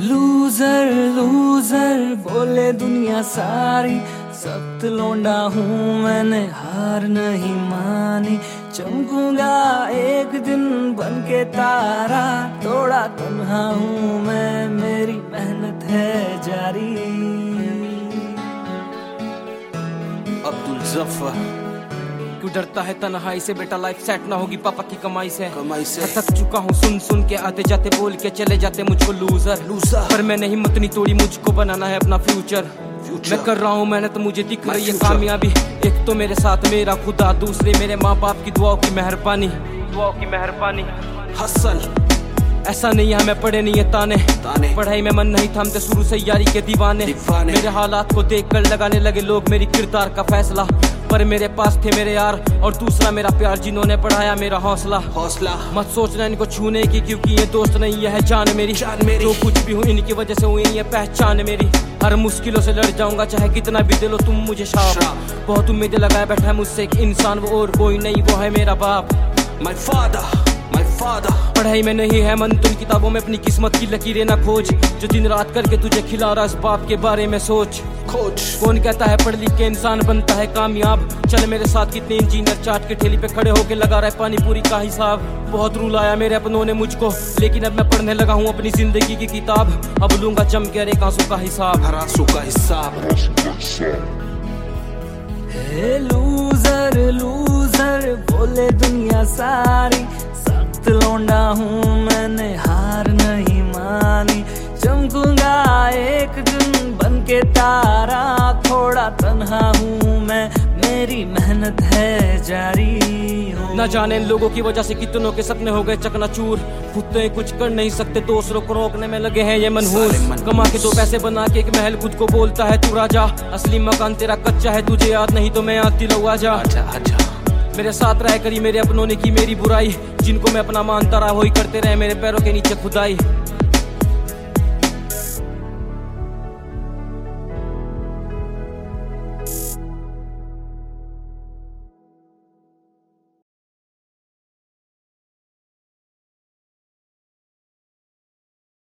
Loser loser बोले दुनिया सारी सख्त लौंडा हूँ मैंने हार नहीं मानी चमकूंगा एक दिन बन के तारा थोड़ा तन्हा हूँ मैं मेरी मेहनत है जारी अब्दुल जफर क्यों डरता है तनहाई से बेटा लाइफ सेट ना होगी पापा की कमाई से कमाई से। थक चुका हूँ सुन सुन के आते जाते बोल के चले जाते मुझको लूजर Loser। पर मैंने हिम्मत नहीं तोड़ी मुझको बनाना है अपना फ्यूचर Future। मैं कर रहा हूँ मेहनत मुझे दिख My रही है future। कामयाबी एक तो मेरे साथ मेरा खुदा दूसरे मेरे माँ बाप की दुआओं की मेहरबानी दुआओं की मेहरबानी हसल ऐसा नहीं है मैं पढ़े नहीं है ताने ताने। पढ़ाई में मन नहीं थामते शुरू से यारी के दीवाने दीवाने। मेरे हालात को देख कर लगाने लगे लोग मेरी किरदार का फैसला पर मेरे पास थे मेरे यार और दूसरा मेरा प्यार जिन्होंने बढ़ाया मेरा हौसला हौसला मत सोचना इनको छूने की क्योंकि ये दोस्त नहीं है जान मेरी जान मेरी। जो कुछ भी हूँ इनकी वजह से हुई है पहचान मेरी हर मुश्किलों से लड़ जाऊंगा चाहे कितना भी दे लो तुम मुझे शाप शाप। बहुत उम्मीदें लगाए बैठा है मुझसे एक इंसान वो और कोई नहीं वो है मेरा बाप माय फादर माय फादर पढ़ाई में नहीं है मन तुम किताबों में अपनी किस्मत की लकीरें ना खोज जो दिन रात करके तुझे खिला रहा इस बाप के बारे में सोच कोच कौन कहता है पढ़ लिख के इंसान बनता है कामयाब चल मेरे साथ कितने इंजीनियर चाट के ठेली पे खड़े होके लगा रहा है पानी पूरी का हिसाब बहुत रुलाया मेरे अपनों ने मुझको लेकिन अब मैं पढ़ने लगा हूँ अपनी जिंदगी की किताब अब लूंगा जम के हर एक आंसू का हिसाब हर आंसू का हिसाब हे लूजर लूजर बोले दुनिया सारी सख्त लौंडा हूँ मैंने हार नहीं मानी चमकूंगा एक दिन बन के तारा थोड़ा तन्हा हूँ मैं मेरी मेहनत है जारी हूँ न जाने इन लोगों की वजह से कितनों के सपने हो गए चकनाचूर खुद तो ये कुछ कर नहीं सकते दूसरों को रोकने में लगे हैं ये मनहूस साले मनहूस। कमा के दो पैसे बना के एक महल खुद को बोलता है तू राजा असली मकान तेरा कच्चा है तुझे याद नहीं तो मैं आती लगा जा अच्छा अच्छा मेरे साथ रह करी मेरे अपनों ने की मेरी बुराई जिनको मैं अपना मानता रहा वही करते रहे मेरे पैरों के नीचे खुदाई